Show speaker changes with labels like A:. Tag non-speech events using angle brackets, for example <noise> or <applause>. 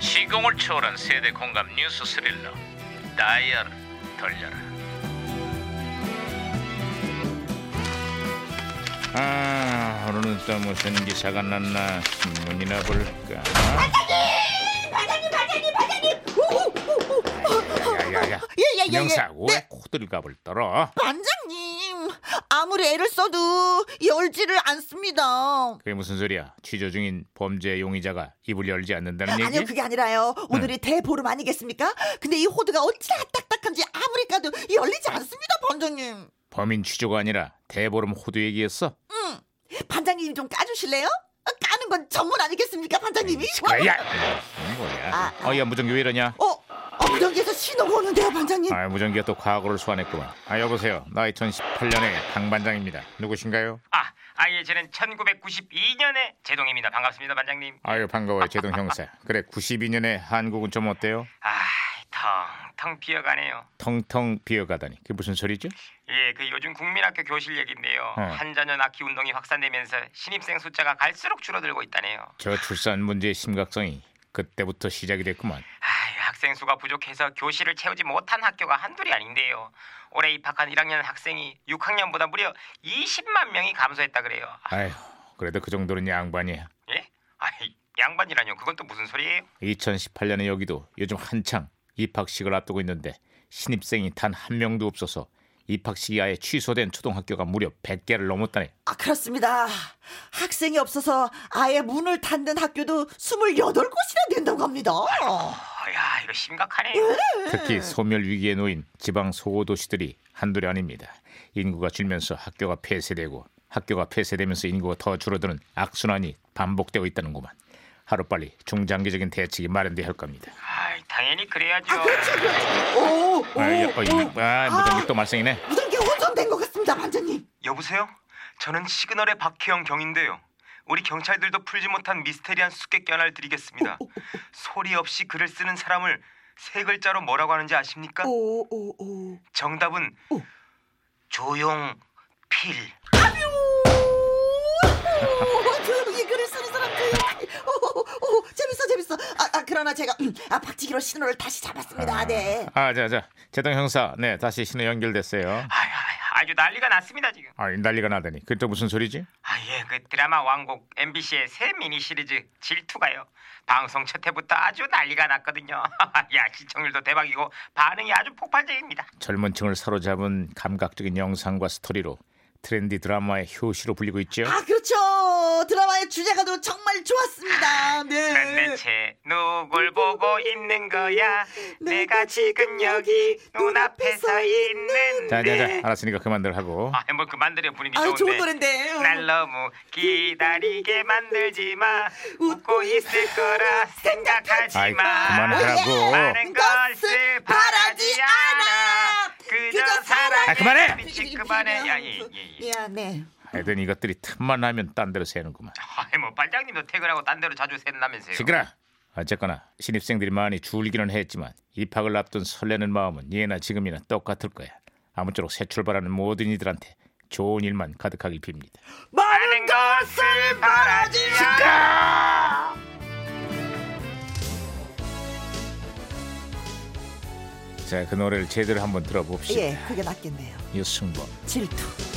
A: 시공을 초월한 세대 공감 뉴스 스릴러 다이얼 돌려라 아 오늘은 또 무슨 기사가 났나 신문이나 볼까
B: 반장님, 반장님, 반장님.
A: 야야야
B: 예, 예, 예,
A: 명사
B: 예.
A: 왜
B: 네.
A: 코들갑을 떨어
B: 반장님, 아무리 애를 써도 열지를 않습니다.
A: 그게 무슨 소리야 취조 중인 범죄 용의자가 입을 열지 않는다는 얘기
B: 아니요, 그게 아니라요. 오늘이 대보름 아니겠습니까? 근데 이 호두가 어찌나 딱딱한지 아무리 까도 열리지 않습니다, 반장님.
A: 범인 취조가 아니라 대보름 호두 얘기였어
B: 반장님 좀 까주실래요? 어, 까는 건 전문 아니겠습니까,
A: 음,
B: 반장님이?
A: 야야 무슨 뭐야
B: 아,
A: 어야 무전기 왜 이러냐
B: 어, 어, 여기에서 신호가 오는데요, 반장님.
A: 아, 무전기가 또 과거를 소환했구만. 아, 여보세요. 나 2018년의 강반장입니다. 누구신가요?
C: 아, 아예 저는 1992년에 제동입니다. 반갑습니다, 반장님.
A: 아유, 반가워요. 제동 형사. 그래, 92년에 한국은 좀 어때요?
C: 아, 텅텅 비어가네요.
A: 텅텅 비어가다니. 그게 무슨 소리죠?
C: 예, 그 요즘 국민학교 교실 얘긴데요.
A: 어.
C: 한자녀 낳기 운동이 확산되면서 신입생 숫자가 갈수록 줄어들고 있다네요.
A: 저출산 문제의 심각성이 그때부터 시작이 됐구만.
C: 아, 학생 수가 부족해서 교실을 채우지 못한 학교가 한둘이 아닌데요. 올해 입학한 1학년 학생이 6학년보다 무려 20만 명이 감소했다 그래요. 아,
A: 아휴, 그래도 그 정도는 양반이야.
C: 예? 아, 양반이라뇨. 그건 또 무슨 소리예요?
A: 2018년에 여기도 요즘 한창 입학식을 앞두고 있는데 신입생이 단 한 명도 없어서 입학식이 아예 취소된 초등학교가 무려 100개를 넘었다네.
B: 아, 그렇습니다. 학생이 없어서 아예 문을 닫는 학교도 28곳이나 된다고 합니다.
C: 아, 야, 이거 심각하네요.
B: 음.
A: 특히 소멸 위기에 놓인 지방 소호 도시들이 한둘이 아닙니다. 인구가 줄면서 학교가 폐쇄되고 학교가 폐쇄되면서 인구가 더 줄어드는 악순환이 반복되고 있다는구만. 하루빨리 중장기적인 대책이 마련돼야 할 겁니다.
C: 아, 당연히 그래야죠.
B: 아, 그렇죠, 그렇죠. 오, 오,
A: 아, 이- 어, 이-
B: 오.
A: 아, 무전기 또 말썽이네.
B: 무전기 호전된 것 같습니다, 반장님.
C: 여보세요? 저는 시그널의 박혜영 경인데요. 우리 경찰들도 풀지 못한 미스테리한 수수께끼 하나를 드리겠습니다. 소리 없이 글을 쓰는 사람을 세 글자로 뭐라고 하는지 아십니까?
B: 오, 오, 오.
C: 정답은
B: 오.
C: 조용필.
B: 아뮤! 오, <laughs> 조용히 글을 쓰는 사람 조용히. 오, 오, 오, 재밌어, 재밌어. 아, 아, 그러나 제가 음, 아, 박치기로 신호를 다시 잡았습니다. 네.
A: 아, 자, 자, 제동 형사, 네, 다시 신호 연결됐어요.
C: 아유, 아유, 아주 난리가 났습니다 지금.
A: 아, 이 난리가 나다니. 그게 또 무슨 소리지?
C: 아 예, 그 드라마 왕국 MBC의 새 미니 시리즈 질투가요. 방송 첫 회부터 아주 난리가 났거든요. <laughs> 야 시청률도 대박이고 반응이 아주 폭발적입니다.
A: 젊은 층을 사로잡은 감각적인 영상과 스토리로 트렌디 드라마의 효시로 불리고 있죠.
B: 아, 그렇죠. 드라마의 주제가도 정말 좋았습니다. 네.
C: 도대체 누굴 보고 있는 거야? 내가 지금 여기
A: 자,
C: 눈앞에서
A: 자, 자,
B: 네.
C: 있는데.
A: 알았으니까 그만들 하고.
C: 아, 뭐 그만들여 분위기
B: 아,
C: 좋은데.
B: 좋은 노래인데.
C: 날 너무 기다리게 만들지 마. 웃고 있을 거라 생각하지
A: 아이,
C: 마.
A: 그만하라고.
C: 많은 것을 바라지 않아. 그저 사랑.
A: 아, 그만해!
B: 어,
C: 미친 그만해. 야, 예, 예, 예.
B: 미안해.
A: 하여튼 이것들이 틈만 하면 딴 데로 새는구만.
C: 아이, 뭐 반장님도 퇴근하고 딴 데로 자주 샌다면서요.
A: 시끄라. 어쨌거나 신입생들이 많이 줄기는 했지만 입학을 앞둔 설레는 마음은 예나 지금이나 똑같을 거야. 아무쪼록 새 출발하는 모든 이들한테 좋은 일만 가득하길 빕니다.
C: 많은 것을 바라지 않아.
A: 자, 그 노래를 제대로 한번 들어봅시다.
B: 예, 그게 낫겠네요.
A: 유승범.
B: 질투.